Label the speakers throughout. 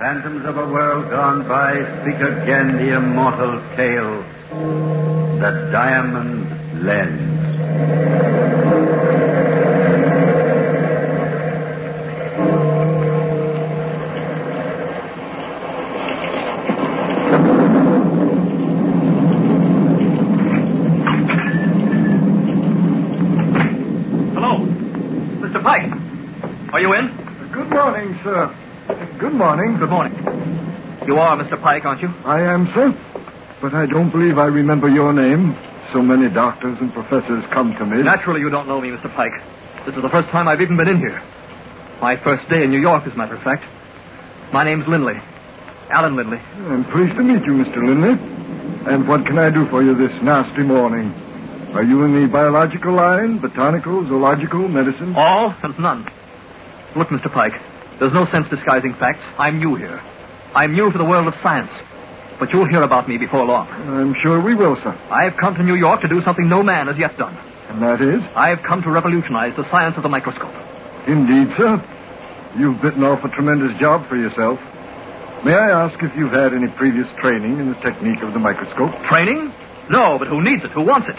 Speaker 1: a world gone by, speak again the immortal tale, the diamond lens.
Speaker 2: Hello. Mr. Pike. Are you in?
Speaker 3: Good morning, sir. Good morning.
Speaker 2: Good morning. You are Mr. Pike, aren't you?
Speaker 3: I am, sir. But I don't believe I remember your name. So many doctors and professors come to me.
Speaker 2: Naturally, you don't know me, Mr. Pike. This is the first time I've even been in here. My first day in New York, as a matter of fact. My name's Lindley. Alan Lindley.
Speaker 3: I'm pleased to meet you, Mr. Lindley. And what can I do for you this nasty morning? Are you in the biological line, botanical, zoological, medicine?
Speaker 2: All and none. Look, Mr. Pike, there's no sense disguising facts. I'm new here. I'm new to the world of science. But you'll hear about me before long.
Speaker 3: I'm sure we will, sir.
Speaker 2: I've come to New York to do something no man has yet done.
Speaker 3: And that is?
Speaker 2: I've come to revolutionize the science of the microscope.
Speaker 3: Indeed, sir. You've bitten off a tremendous job for yourself. May I ask if you've had any previous training in the technique of the microscope?
Speaker 2: Training? No, but who needs it? Who wants it?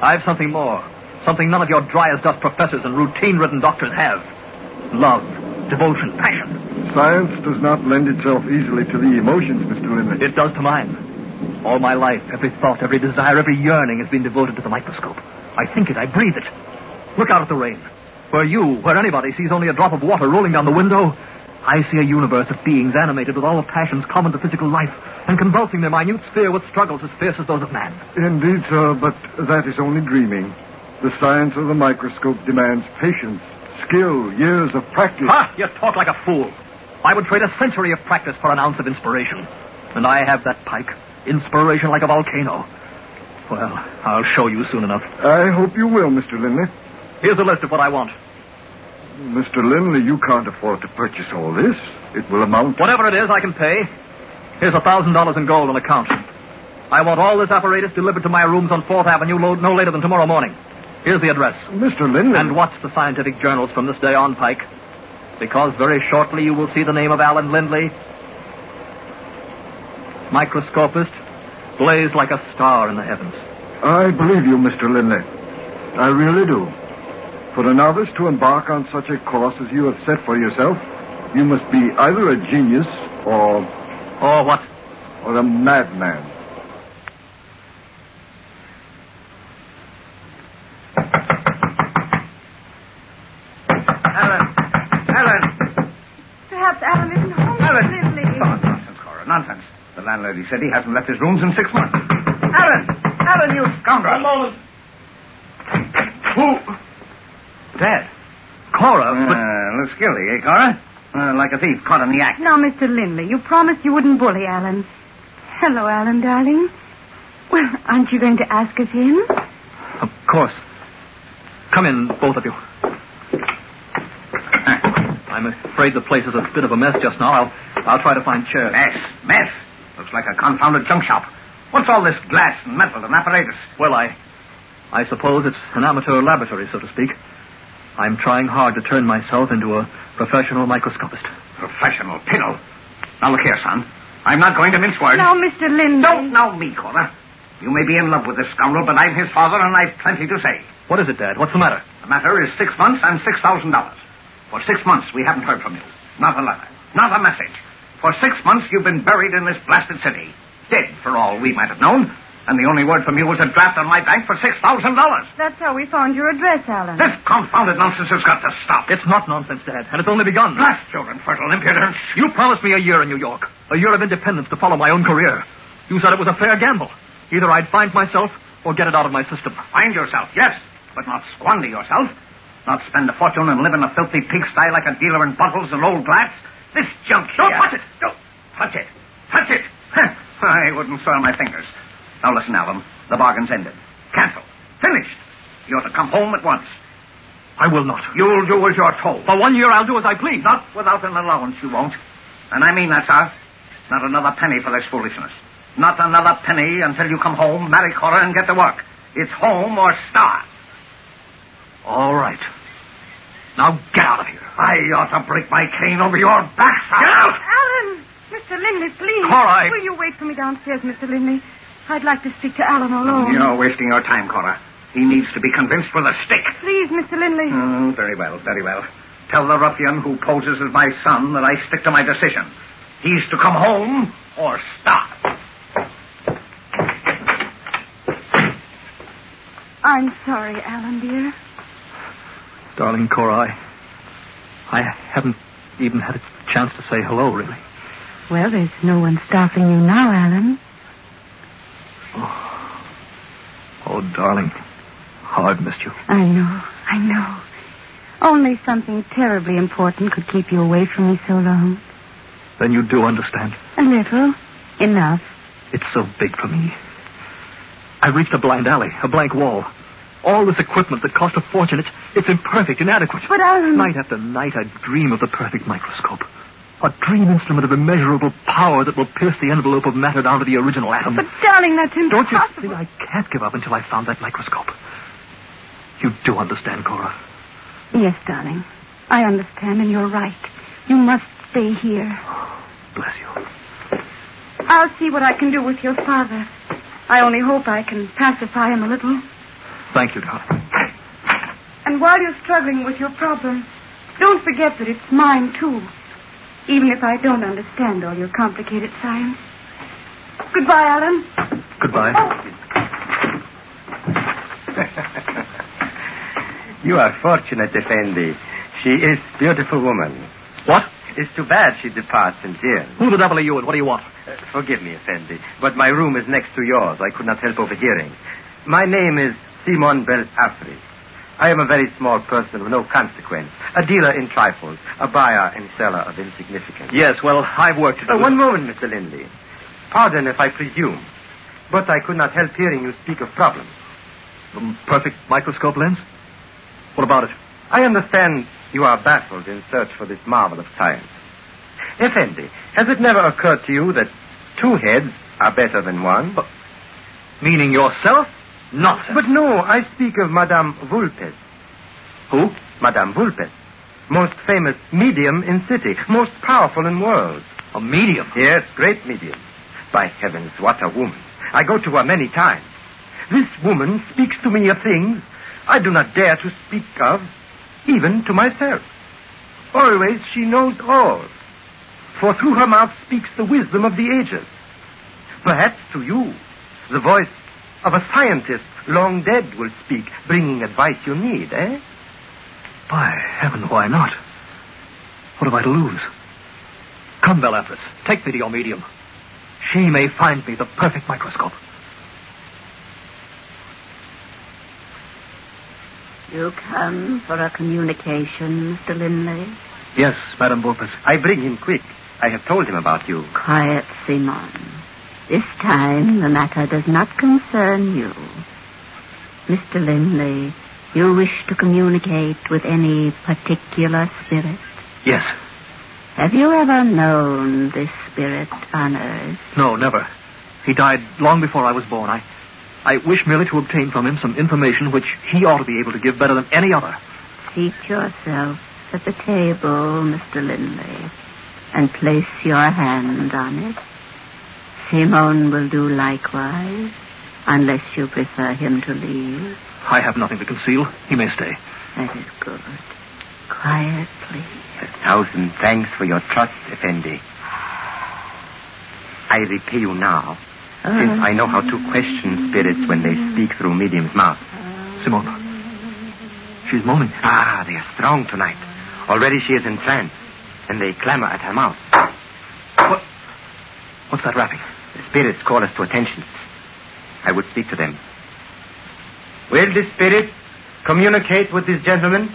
Speaker 2: I've something more. Something none of your dry as dust professors and routine ridden doctors have love, devotion, passion.
Speaker 3: Science does not lend itself easily to the emotions, Mr. Lindley.
Speaker 2: It does to mine. All my life, every thought, every desire, every yearning has been devoted to the microscope. I think it, I breathe it. Look out at the rain. Where you, where anybody sees only a drop of water rolling down the window, I see a universe of beings animated with all the passions common to physical life and convulsing their minute sphere with struggles as fierce as those of man.
Speaker 3: Indeed, sir, but that is only dreaming. The science of the microscope demands patience, skill, years of practice.
Speaker 2: Ha! You talk like a fool. I would trade a century of practice for an ounce of inspiration. And I have that pike. Inspiration like a volcano. Well, I'll show you soon enough.
Speaker 3: I hope you will, Mr. Lindley.
Speaker 2: Here's a list of what I want.
Speaker 3: Mr. Lindley, you can't afford to purchase all this. It will amount to.
Speaker 2: Whatever it is, I can pay. Here's a thousand dollars in gold on account. I want all this apparatus delivered to my rooms on Fourth Avenue lo- no later than tomorrow morning. Here's the address.
Speaker 3: Mr. Lindley.
Speaker 2: And watch the scientific journals from this day on, Pike. Because very shortly you will see the name of Alan Lindley, microscopist, blaze like a star in the heavens.
Speaker 3: I believe you, Mr. Lindley. I really do. For a novice to embark on such a course as you have set for yourself, you must be either a genius or
Speaker 2: Or Oh, what?
Speaker 3: or a madman.
Speaker 4: Alan. Alan.
Speaker 5: Perhaps Alan isn't home,
Speaker 4: Alan.
Speaker 5: Lindley.
Speaker 4: Oh, nonsense, Cora. Nonsense. The landlady said he hasn't left his rooms in six months. Alan! Alan, you scoundrel!
Speaker 2: moment.
Speaker 4: Who? Dad.
Speaker 2: Cora, but
Speaker 4: Uh, looks guilty, eh, Cora? Uh, like a thief caught in the act.
Speaker 5: Now, Mr. Lindley, you promised you wouldn't bully Alan. Hello, Alan, darling. Well, aren't you going to ask us in?
Speaker 2: of course. Come in, both of you. Ah, I'm afraid the place is a bit of a mess just now. I'll I'll try to find chairs.
Speaker 4: Mess, mess. Looks like a confounded junk shop. What's all this glass and metal and apparatus?
Speaker 2: Well, I, I suppose it's an amateur laboratory, so to speak. I'm trying hard to turn myself into a professional microscopist.
Speaker 4: Professional piddle. Now look here, son. I'm not going to mince words.
Speaker 5: Now, Mr. Lindley.
Speaker 4: Don't know me, Cora. You may be in love with this scoundrel, but I'm his father, and I've plenty to say.
Speaker 2: What is it, Dad? What's the matter?
Speaker 4: The matter is six months and six thousand dollars. For six months, we haven't heard from you. Not a letter, not a message. For six months, you've been buried in this blasted city. Dead, for all we might have known. And the only word from you was a draft on my bank for six thousand dollars.
Speaker 5: That's how we found your address, Alan.
Speaker 4: This confounded nonsense has got to stop.
Speaker 2: It's not nonsense, Dad, and it's only begun.
Speaker 4: blast your infertile impudence.
Speaker 2: You promised me a year in New York, a year of independence to follow my own career. You said it was a fair gamble. Either I'd find myself or get it out of my system.
Speaker 4: Find yourself, yes, but not squander yourself. Not spend a fortune and live in a filthy pigsty like a dealer in bottles and old glass. This junk
Speaker 2: Don't
Speaker 4: here-
Speaker 2: touch it.
Speaker 4: Don't touch it. Touch it. Huh. I wouldn't soil my fingers. Now listen, Alan. The bargain's ended. Cancelled. Finished. You're to come home at once.
Speaker 2: I will not.
Speaker 4: You'll do as you're told.
Speaker 2: For one year, I'll do as I please.
Speaker 4: Not without an allowance, you won't. And I mean that, sir. Not another penny for this foolishness. Not another penny until you come home, marry Cora, and get to work. It's home or starve.
Speaker 2: All right. Now get out of here.
Speaker 4: I ought to break my cane over your backside. Get out!
Speaker 5: Alan! Mr. Lindley,
Speaker 2: all right.
Speaker 5: Will you wait for me downstairs, Mr. Linley? I'd like to speak to Alan alone.
Speaker 4: You're wasting your time, Cora. He needs to be convinced with a stick.
Speaker 5: Please, Mr. Linley.
Speaker 4: Oh, very well, very well. Tell the ruffian who poses as my son that I stick to my decision. He's to come home or stop.
Speaker 5: I'm sorry, Alan, dear.
Speaker 2: Darling Cora, I, I haven't even had a chance to say hello, really.
Speaker 5: Well, there's no one stopping you now, Alan.
Speaker 2: Oh, darling, how I've missed you.
Speaker 5: I know, I know. Only something terribly important could keep you away from me so long.
Speaker 2: Then you do understand.
Speaker 5: A little. Enough.
Speaker 2: It's so big for me. I reached a blind alley, a blank wall. All this equipment that cost a fortune, it's, it's imperfect, inadequate.
Speaker 5: But oh, Alan.
Speaker 2: Night after night, I dream of the perfect microscope. A dream instrument of immeasurable power that will pierce the envelope of matter down to the original atom.
Speaker 5: But darling, that's
Speaker 2: Don't you see?
Speaker 5: impossible.
Speaker 2: I can't give up until I found that microscope. You do understand, Cora.
Speaker 5: Yes, darling. I understand, and you're right. You must stay here.
Speaker 2: Bless you.
Speaker 5: I'll see what I can do with your father. I only hope I can pacify him a little.
Speaker 2: Thank you, darling.
Speaker 5: And while you're struggling with your problem, don't forget that it's mine, too. Even if I don't understand all your complicated science. Goodbye, Alan.
Speaker 2: Goodbye.
Speaker 6: You are fortunate, Effendi. She is beautiful woman.
Speaker 2: What?
Speaker 6: It's too bad she departs in tears.
Speaker 2: Who the devil are you and what do you want?
Speaker 6: Uh, forgive me, Effendi, but my room is next to yours. I could not help overhearing. My name is Simon Bel Afri. I am a very small person of no consequence, a dealer in trifles, a buyer and seller of insignificance.
Speaker 2: Yes, well, I've worked it.
Speaker 6: Uh, one moment, Mr. Linley. Pardon if I presume, but I could not help hearing you speak of problems.
Speaker 2: Um, perfect microscope lens? What about it?
Speaker 6: I understand you are baffled in search for this marvel of science. Effendi, has it never occurred to you that two heads are better than one? But,
Speaker 2: Meaning yourself? Nonsense.
Speaker 6: no, I speak of Madame Vulpes.
Speaker 2: who?
Speaker 6: Madame Vulpes, most famous medium in city, most powerful in world.
Speaker 2: A medium.
Speaker 6: Yes, great medium. By heavens, what a woman. I go to her many times. This woman speaks to me of things I do not dare to speak of, even to myself. Always she knows all, for through her mouth speaks the wisdom of the ages. Perhaps to you, the voice of a scientist long dead will speak, bringing advice you need, eh?
Speaker 2: By heaven, why not? What have I to lose? Come, Belafris, take me to your medium. She may find me the perfect microscope.
Speaker 7: You come for a communication, Mr. Linley?
Speaker 2: Yes, Madame Vulpes.
Speaker 6: I bring him quick. I have told him about you.
Speaker 7: Quiet, Simon. This time the matter does not concern you. Mr. Linley, you wish to communicate with any particular spirit?
Speaker 2: Yes.
Speaker 7: Have you ever known this spirit on earth?
Speaker 2: No, never. He died long before I was born. I, I wish merely to obtain from him some information which he ought to be able to give better than any other.
Speaker 7: Seat yourself at the table, Mr. Linley, and place your hand on it. Simon will do likewise, unless you prefer him to leave.
Speaker 2: I have nothing to conceal. He may stay.
Speaker 7: That is good. Quietly.
Speaker 6: A thousand thanks for your trust, Effendi. I repay you now, since
Speaker 7: Uh-huh.
Speaker 6: I know how to question spirits when they speak through medium's mouth.
Speaker 2: Simone. She's moaning.
Speaker 6: Ah, they are strong tonight. Already she is in trance, and they clamor at her mouth.
Speaker 2: What? What's that rapping?
Speaker 6: The spirits call us to attention. I would speak to them. Will this spirit communicate with this gentleman?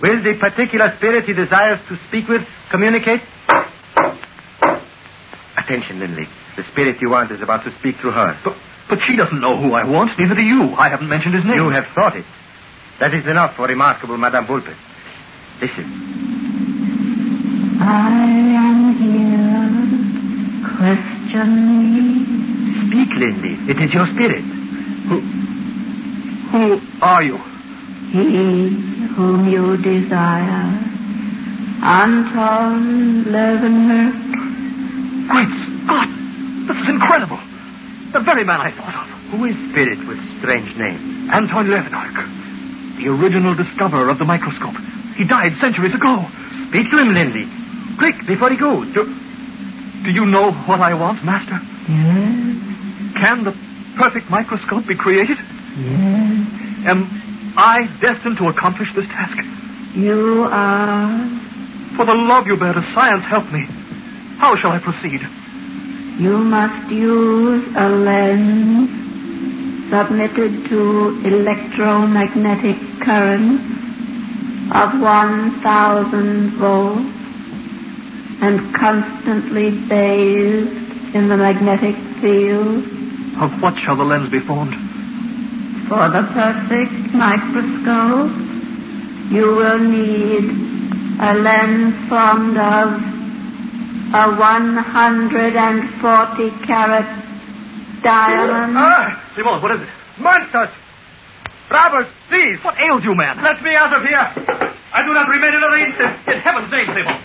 Speaker 6: Will the particular spirit he desires to speak with communicate? Attention, Linley. The spirit you want is about to speak through her.
Speaker 2: But, but she doesn't know who I want, neither do you. I haven't mentioned his name.
Speaker 6: You have thought it. That is enough for remarkable Madame Vulpes. Listen.
Speaker 7: Oh, I am here. Question me.
Speaker 6: Speak, Linley. It is your spirit.
Speaker 2: Who are you?
Speaker 7: He whom you desire. Anton Leeuwenhoek,
Speaker 2: very man I thought of.
Speaker 6: Who is spirit with strange name?
Speaker 2: Anton Leeuwenhoek, the original discoverer of the microscope. He died centuries ago.
Speaker 6: Speak to him, Linley. Quick, before he goes.
Speaker 2: Do, do you know what I want, Master?
Speaker 7: Yes,
Speaker 2: Can the perfect microscope be created?
Speaker 7: yes.
Speaker 2: Am I destined to accomplish this task?
Speaker 7: You are.
Speaker 2: For the love you bear to science, help me. How shall I proceed?
Speaker 7: You must use a lens submitted to electromagnetic currents of 1,000 volts and constantly bathed in the magnetic field
Speaker 2: Of what shall the lens be formed?
Speaker 7: For the perfect microscope, you will need a lens formed of a 140 carat diamond.
Speaker 2: Ah! Simon, what is it?
Speaker 6: Monsters! Robbers, please!
Speaker 2: What ails you, man?
Speaker 6: Let me out of here! I do not remain another instant!
Speaker 2: In heaven's name, Simon.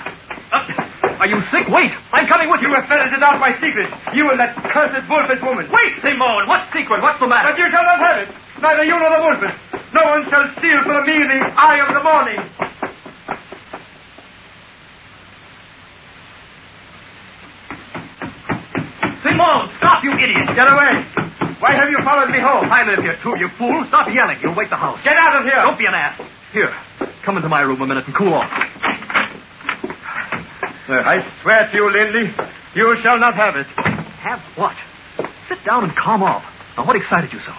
Speaker 2: Uh, are you sick? Wait! I'm coming with you.
Speaker 6: You have ferreted out my secret. You and that cursed Wolfert woman.
Speaker 2: Wait, Simon! What secret? What's the matter?
Speaker 6: But you shall not have it. Neither you nor the Wolfert. No one shall steal from me the eye of the morning.
Speaker 2: Simon, stop, you idiot!
Speaker 6: Get away. Why have you followed me home?
Speaker 2: I live here, too, you fool. Stop yelling. You'll wake the house.
Speaker 6: Get out of here.
Speaker 2: Don't be an ass. Here, come into my room a minute and cool off.
Speaker 6: I swear to you, Lindley, you shall not have it.
Speaker 2: Have what? Sit down and calm off. Now, what excited you so?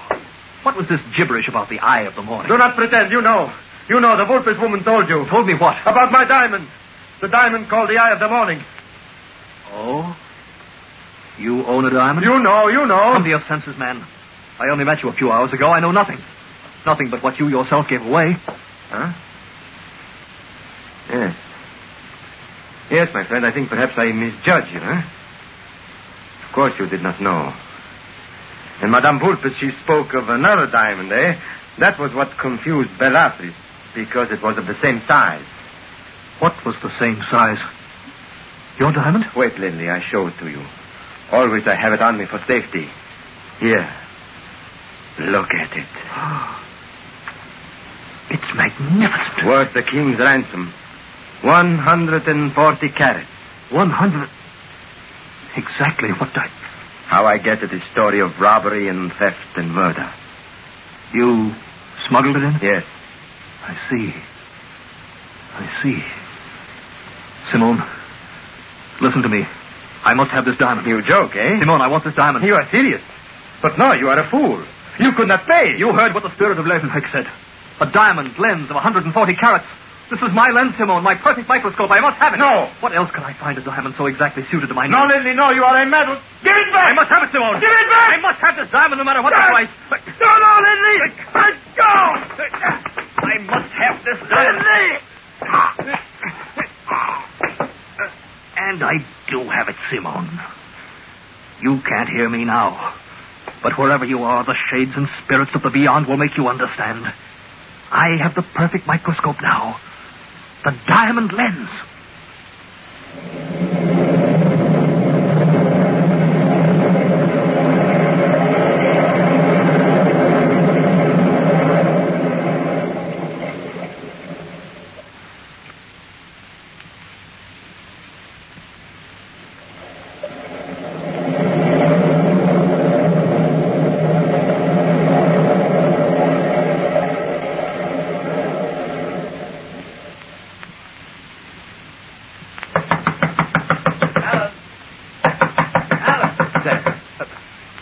Speaker 2: What was this gibberish about the eye of the morning?
Speaker 6: Do not pretend. You know. You know. The Wolfert woman told you.
Speaker 2: Told me what?
Speaker 6: About my diamond. The diamond called the Eye of the Morning.
Speaker 2: Oh? You own a diamond?
Speaker 6: You know, you know.
Speaker 2: Come to your senses, man. I only met you a few hours ago. I know nothing. Nothing but what you yourself gave away.
Speaker 6: Huh? Yes. Yes, my friend, I think perhaps I misjudged you, huh? Of course you did not know. And Madame Vulpes, she spoke of another diamond, eh? That was what confused Bellatrix, because it was of the same size.
Speaker 2: What was the same size? Your diamond?
Speaker 6: Wait, Lindley, I show it to you. Always I have it on me for safety. Here. Look at it.
Speaker 2: It's magnificent.
Speaker 6: Worth the king's ransom. 140 carats.
Speaker 2: One hundred. Exactly what I.
Speaker 6: How I get at the story of robbery and theft and murder.
Speaker 2: You smuggled it in?
Speaker 6: Yes.
Speaker 2: I see. I see. Simone, listen to me. I must have this diamond.
Speaker 6: You joke, eh?
Speaker 2: Simone, I want this diamond.
Speaker 6: You are serious. But no, you are a fool. You could not pay.
Speaker 2: You heard what the spirit of Leeuwenhoek said. A diamond lens of 140 carats. This is my lens, Simone, my perfect microscope. I must have it.
Speaker 6: No.
Speaker 2: What else can I find a diamond so exactly suited to my
Speaker 6: No,
Speaker 2: needs?
Speaker 6: Lindley, no, you are a madman. Give it back.
Speaker 2: I must have it, Simone.
Speaker 6: Give it back.
Speaker 2: I must have this diamond no matter what the
Speaker 6: Yes.
Speaker 2: price.
Speaker 6: No, no, Lindley. Let go.
Speaker 2: I must have this diamond. And I do have it, Simone. You can't hear me now. But wherever you are, the shades and spirits of the beyond will make you understand. I have the perfect microscope now. The diamond lens.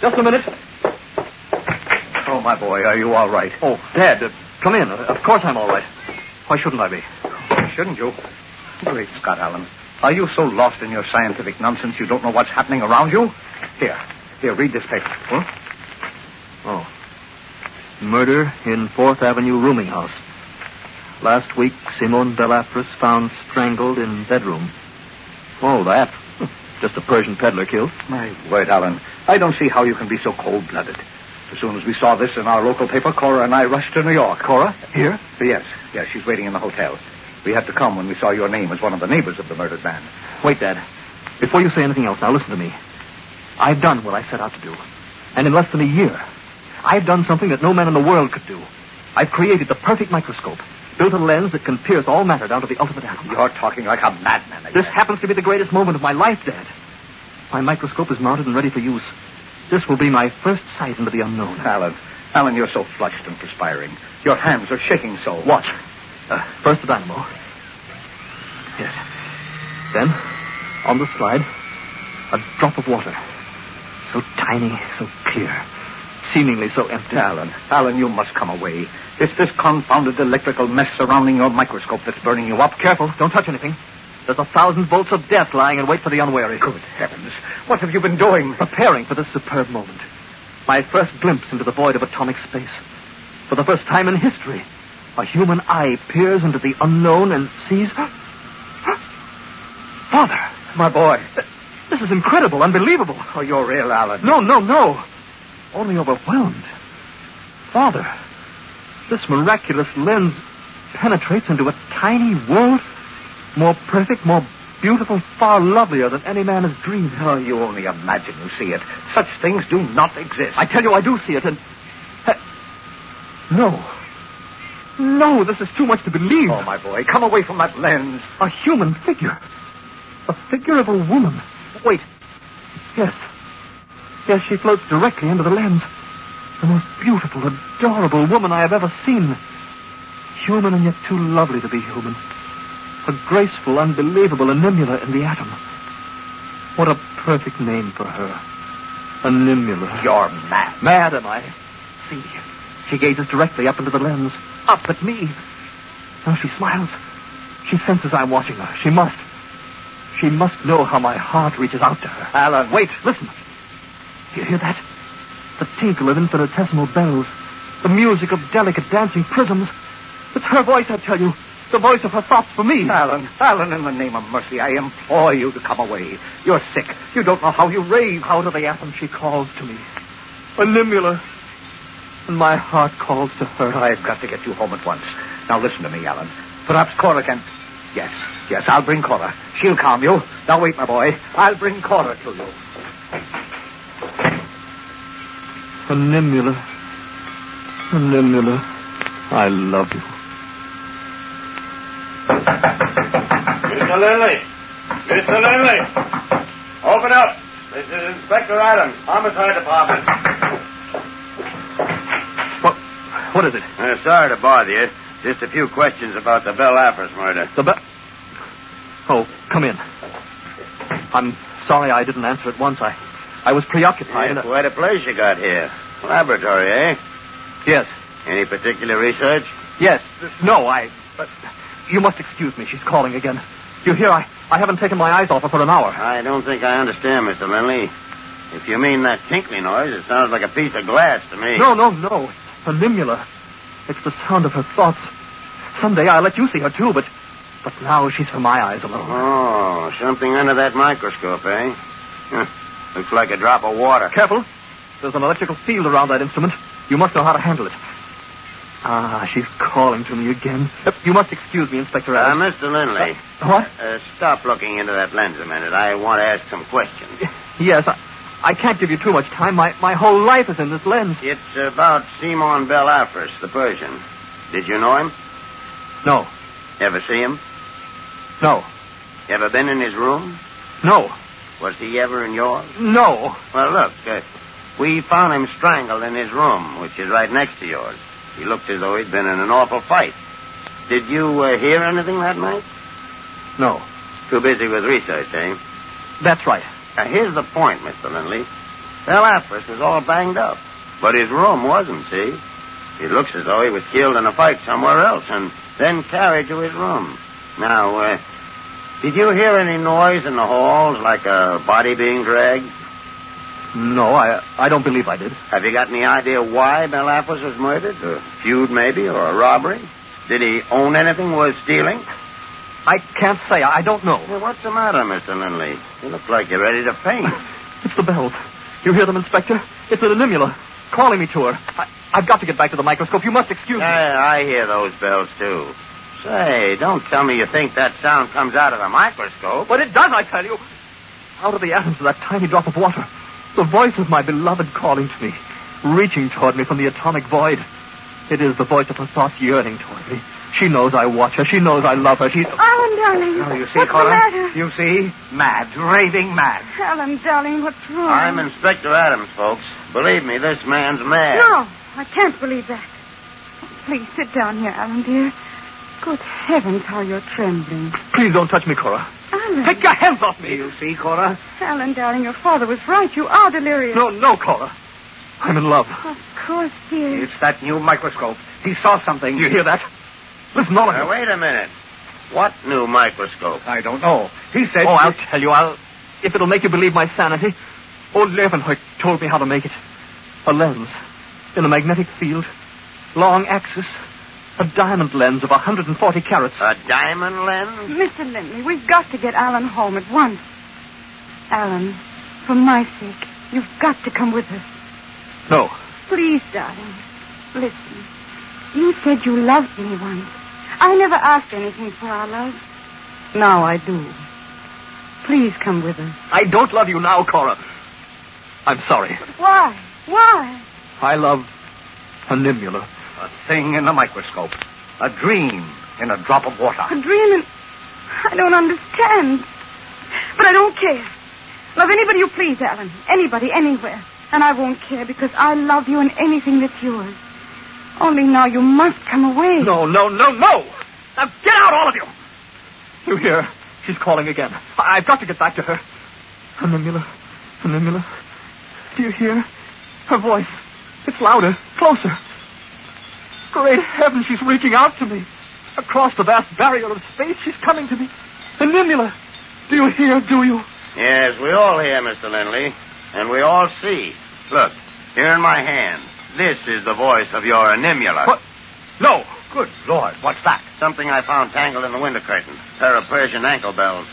Speaker 2: Just a minute.
Speaker 6: Oh, my boy, are you all right?
Speaker 2: Oh, Dad, uh, come in. Uh, of course I'm all right. Why shouldn't I be?
Speaker 4: Shouldn't you? Great Scott, Allen. Are you so lost in your scientific nonsense you don't know what's happening around you? Here, here, read this paper.
Speaker 2: Oh. Murder in Fourth Avenue rooming house. Last week, Simone Belafris found strangled in bedroom. Oh, that. Just a Persian peddler killed.
Speaker 4: My word, Allen. I don't see how you can be so cold blooded. As soon as we saw this in our local paper, Cora and I rushed to New York. Cora?
Speaker 2: Here?
Speaker 4: Yes, yes, she's waiting in the hotel. We had to come when we saw your name as one of the neighbors of the murdered man.
Speaker 2: Wait, Dad. Before you say anything else, now listen to me. I've done what I set out to do. And in less than a year, I've done something that no man in the world could do. I've created the perfect microscope, built a lens that can pierce all matter down to the ultimate atom.
Speaker 4: You're talking like a madman.
Speaker 2: This happens to be the greatest moment of my life, Dad. My microscope is mounted and ready for use. This will be my first sight into the unknown.
Speaker 4: Alan, Alan, you're so flushed and perspiring. Your hands are shaking so.
Speaker 2: Watch. Uh, first the dynamo. Yes. Then, on the slide, a drop of water. So tiny, so clear. Seemingly so empty.
Speaker 4: Alan, Alan, you must come away. It's this confounded electrical mess surrounding your microscope that's burning you up.
Speaker 2: Careful, don't touch anything. There's a thousand volts of death lying in wait for the unwary.
Speaker 4: Good heavens. What have you been doing?
Speaker 2: Preparing for this superb moment. My first glimpse into the void of atomic space. For the first time in history, a human eye peers into the unknown and sees. Father!
Speaker 4: My boy.
Speaker 2: This is incredible, unbelievable.
Speaker 4: Oh, you're ill, Alan.
Speaker 2: No, no, no. Only overwhelmed. Father, this miraculous lens penetrates into a tiny world more perfect, more beautiful, far lovelier than any man has dreamed.
Speaker 4: Oh, you only imagine you see it. Such things do not exist.
Speaker 2: I tell you, I do see it, and. No. No, this is too much to believe.
Speaker 4: Oh, my boy, come away from that lens.
Speaker 2: A human figure. A figure of a woman. Wait. Yes. Yes, she floats directly into the lens. The most beautiful, adorable woman I have ever seen. Human and yet too lovely to be human. A graceful, unbelievable animula in the atom. What a perfect name for her. Animula.
Speaker 4: You're mad.
Speaker 2: Mad am I? See, she gazes directly up into the lens. Up at me. Now she smiles. She senses I'm watching her. She must. She must know how my heart reaches out to her.
Speaker 4: Alan.
Speaker 2: Wait, listen. Do you hear that? The tinkle of infinitesimal bells. The music of delicate dancing prisms. It's her voice, I tell you. The voice of her thoughts for me.
Speaker 4: Alan, Alan, in the name of mercy, I
Speaker 2: oh,
Speaker 4: implore you to come away. You're sick. You don't know how you rave.
Speaker 2: Out of the atom she calls to me. Animula. And my heart calls to her.
Speaker 4: I've got to get you home at once. Now listen to me, Alan. Perhaps Cora can. Yes, yes, I'll bring Cora. She'll calm you. Now wait, my boy. I'll bring Cora to you.
Speaker 2: Animula. Animula. I love you.
Speaker 8: Mr. Lindley! Mr. Lindley! Open up! This is Inspector Adams, Homicide Department.
Speaker 2: What, what is it?
Speaker 8: Uh, sorry to bother you. Just a few questions about the Bell Apples murder.
Speaker 2: The bell. Oh, come in. I'm sorry I didn't answer at once. I, I was preoccupied.
Speaker 8: Yeah,
Speaker 2: and-
Speaker 8: quite a place you got here. Laboratory, eh?
Speaker 2: yes,
Speaker 8: Any particular research?
Speaker 2: yes. No, I. But you must excuse me. She's calling again. You hear? I, I haven't taken my eyes off her for an hour.
Speaker 8: I don't think I understand, Mr. Lindley. If you mean that tinkling noise, it sounds like a piece of glass to me.
Speaker 2: No, no, no. It's Animula. It's the sound of her thoughts. Someday I'll let you see her too, but but now she's for my eyes alone.
Speaker 8: Oh, something under that microscope, eh? Huh. Looks like a drop of
Speaker 1: Uh-huh.
Speaker 8: water.
Speaker 2: Careful. There's an electrical field around that instrument. You must know how to handle it. Ah, she's calling to me again. Uh, You must excuse me, Inspector
Speaker 8: Uh,
Speaker 2: Adams.
Speaker 8: Mr. Lindley.
Speaker 2: what?
Speaker 8: Uh, stop looking into that lens a minute. I want to ask some questions.
Speaker 2: Yes, I, I can't give you too much time. My, my whole life is in this lens.
Speaker 8: It's about Simon Bel Afris, the Persian. Did you know him?
Speaker 2: No,
Speaker 8: Ever see him?
Speaker 2: no,
Speaker 8: Ever been in his room?
Speaker 2: no,
Speaker 8: Was he ever in yours?
Speaker 2: no.
Speaker 8: Well, look, uh, we found him strangled in his room, which is right next to yours. He looked as though he'd been in an awful fight. Did you uh, hear anything that night?
Speaker 2: No.
Speaker 8: Too busy with research, eh?
Speaker 2: That's right.
Speaker 8: Now, here's the point, Mr. Lindley. Bel Afris was all banged up, but his room wasn't, see? It looks as though he was killed in a fight somewhere else and then carried to his room. Now, uh, did you hear any noise in the halls, like a body being dragged?
Speaker 2: No, I, I don't believe I did.
Speaker 8: Have you got any idea why Bel Afris was murdered? A feud, maybe, or a robbery? Did he own anything worth stealing?
Speaker 2: I can't say. I, I don't know.
Speaker 8: Now, what's the matter, Mr. Lindley? You look like you're ready to faint.
Speaker 2: It's the bells. You hear them, Inspector? It's an animula calling me to her. I, I've got to get back to the microscope. You must excuse me.
Speaker 8: Yeah, I hear those bells, too. Say, don't tell me you think that sound comes out of the microscope.
Speaker 2: But it does, I tell you. Out of the atoms of that tiny drop of water, The voice of my beloved calling to me, reaching toward me from the atomic void. It is the voice of her thoughts yearning toward me. She knows I watch her. She knows I love her. She.
Speaker 5: Alan, darling.
Speaker 4: Oh, you see,
Speaker 5: what's
Speaker 4: Cora?
Speaker 5: the matter?
Speaker 4: You see? Mad, raving mad.
Speaker 5: Alan, darling, what's wrong?
Speaker 8: I'm Inspector Adams, folks. Believe me, this man's mad.
Speaker 5: No, I can't believe that. Please sit down here, Alan, dear. Good heavens, how you're trembling.
Speaker 2: Please don't touch me, Cora.
Speaker 5: Alan.
Speaker 2: Take your hands off me.
Speaker 4: You see, Cora?
Speaker 5: Alan, darling, your father was right. You are delirious.
Speaker 2: No, no, Cora. I'm in love.
Speaker 5: Of course, dear.
Speaker 4: It's that new microscope. He saw something.
Speaker 2: You hear that? Listen, all of
Speaker 8: Now,
Speaker 2: you.
Speaker 8: wait a minute. What new microscope?
Speaker 4: I don't know. He said.
Speaker 2: Oh, I'll tell you. I'll. If it'll make you believe my sanity, old Leeuwenhoek told me how to make it. A lens in a magnetic field, long axis, a diamond lens of 140 carats.
Speaker 8: A diamond lens?
Speaker 5: Mr. Lindley, we've got to get Alan home at once. Alan, for my sake, you've got to come with us.
Speaker 2: No,
Speaker 5: Please, darling, listen. You said you loved me once. I never asked anything for our love. Now I do. Please come with us.
Speaker 2: I don't love you now, Cora. I'm sorry.
Speaker 5: Why? Why?
Speaker 2: I love a nimula.
Speaker 4: A thing in a microscope. A dream in a drop of water.
Speaker 5: A dream and I don't understand. But I don't care. Love anybody you please, Alan. Anybody, anywhere. And I won't care because I love you and anything that's yours. Only now you must come away.
Speaker 2: No, no, no, no! Now get out, all of you! You hear? She's calling again. I- I've got to get back to her. A nimula. A nimula. Do you hear? Her voice. It's louder, closer. Great heaven, she's reaching out to me. Across the vast barrier of space, she's coming to me. A nimula. Do you hear? Do you?
Speaker 8: Yes, we all hear, Mr. Lindley, and we all see. Look, here in my hand, this is the voice of your animula.
Speaker 2: What? No.
Speaker 4: Good Lord, what's that?
Speaker 8: Something I found tangled in the window curtain. Pair of Persian ankle bells.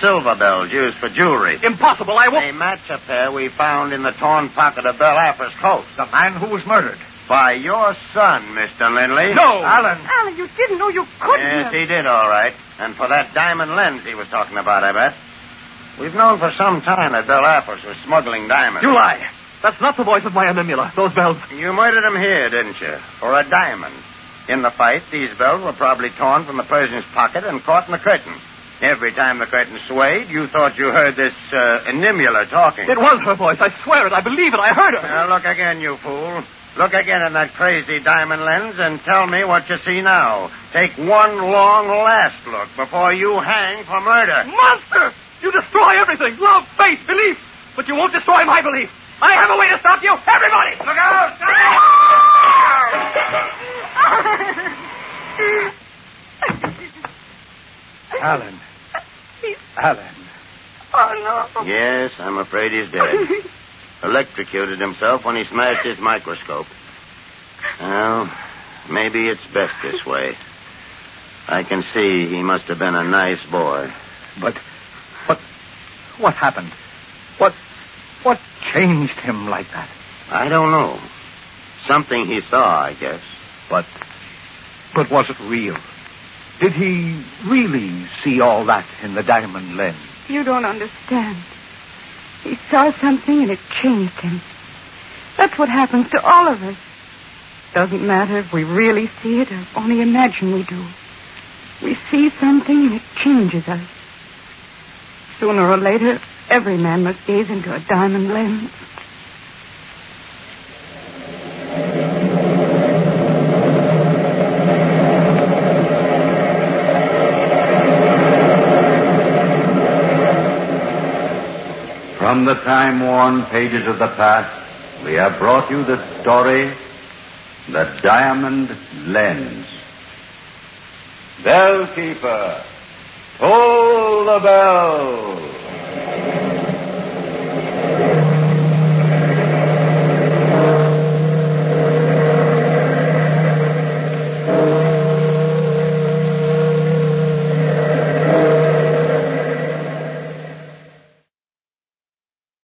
Speaker 8: Silver bells used for jewelry.
Speaker 2: Impossible. I won't.
Speaker 8: They match a pair we found in the torn pocket of Belle Alfred's coat.
Speaker 4: The man who was murdered.
Speaker 8: By your son, Mr. Lindley.
Speaker 2: No.
Speaker 4: Alan.
Speaker 5: Alan, you didn't know you couldn't.
Speaker 8: Yes,
Speaker 5: have-
Speaker 8: he did, all right. And for that diamond lens he was talking about, I bet. We've known for some time that Belle Alfred was smuggling diamonds.
Speaker 2: You lie. That's not the voice of my animula. Those bells.
Speaker 8: You murdered him here, didn't you? For a diamond. In the fight, these bells were probably torn from the Persian's pocket and caught in the curtain. Every time the curtain swayed, you thought you heard this uh, animula talking.
Speaker 2: It was her voice. I swear it. I believe it. I heard her.
Speaker 8: Now look again, you fool. Look again in that crazy diamond lens and tell me what you see now. Take one long last look before you hang for murder.
Speaker 2: Monster! You destroy everything love, faith, belief. But you won't destroy my belief. I have a way to stop you. Everybody! Look out!
Speaker 4: Alan. Alan.
Speaker 5: Oh, no.
Speaker 8: Yes, I'm afraid he's dead. Electrocuted himself when he smashed his microscope. Well, maybe it's best this way. I can see he must have been a nice boy.
Speaker 4: But what what happened? What what changed him like that?
Speaker 8: I don't know. Something he saw, I guess.
Speaker 4: But but was it real? Did he really see all that in the diamond lens?
Speaker 5: You don't understand. He saw something and it changed him. That's what happens to all of us. Doesn't matter if we really see it or only imagine we do. We see something and it changes us. Sooner or later, every man must gaze into a diamond lens.
Speaker 1: From the time worn pages of the past, we have brought you the story The Diamond Lens. Bellkeeper, toll the bell.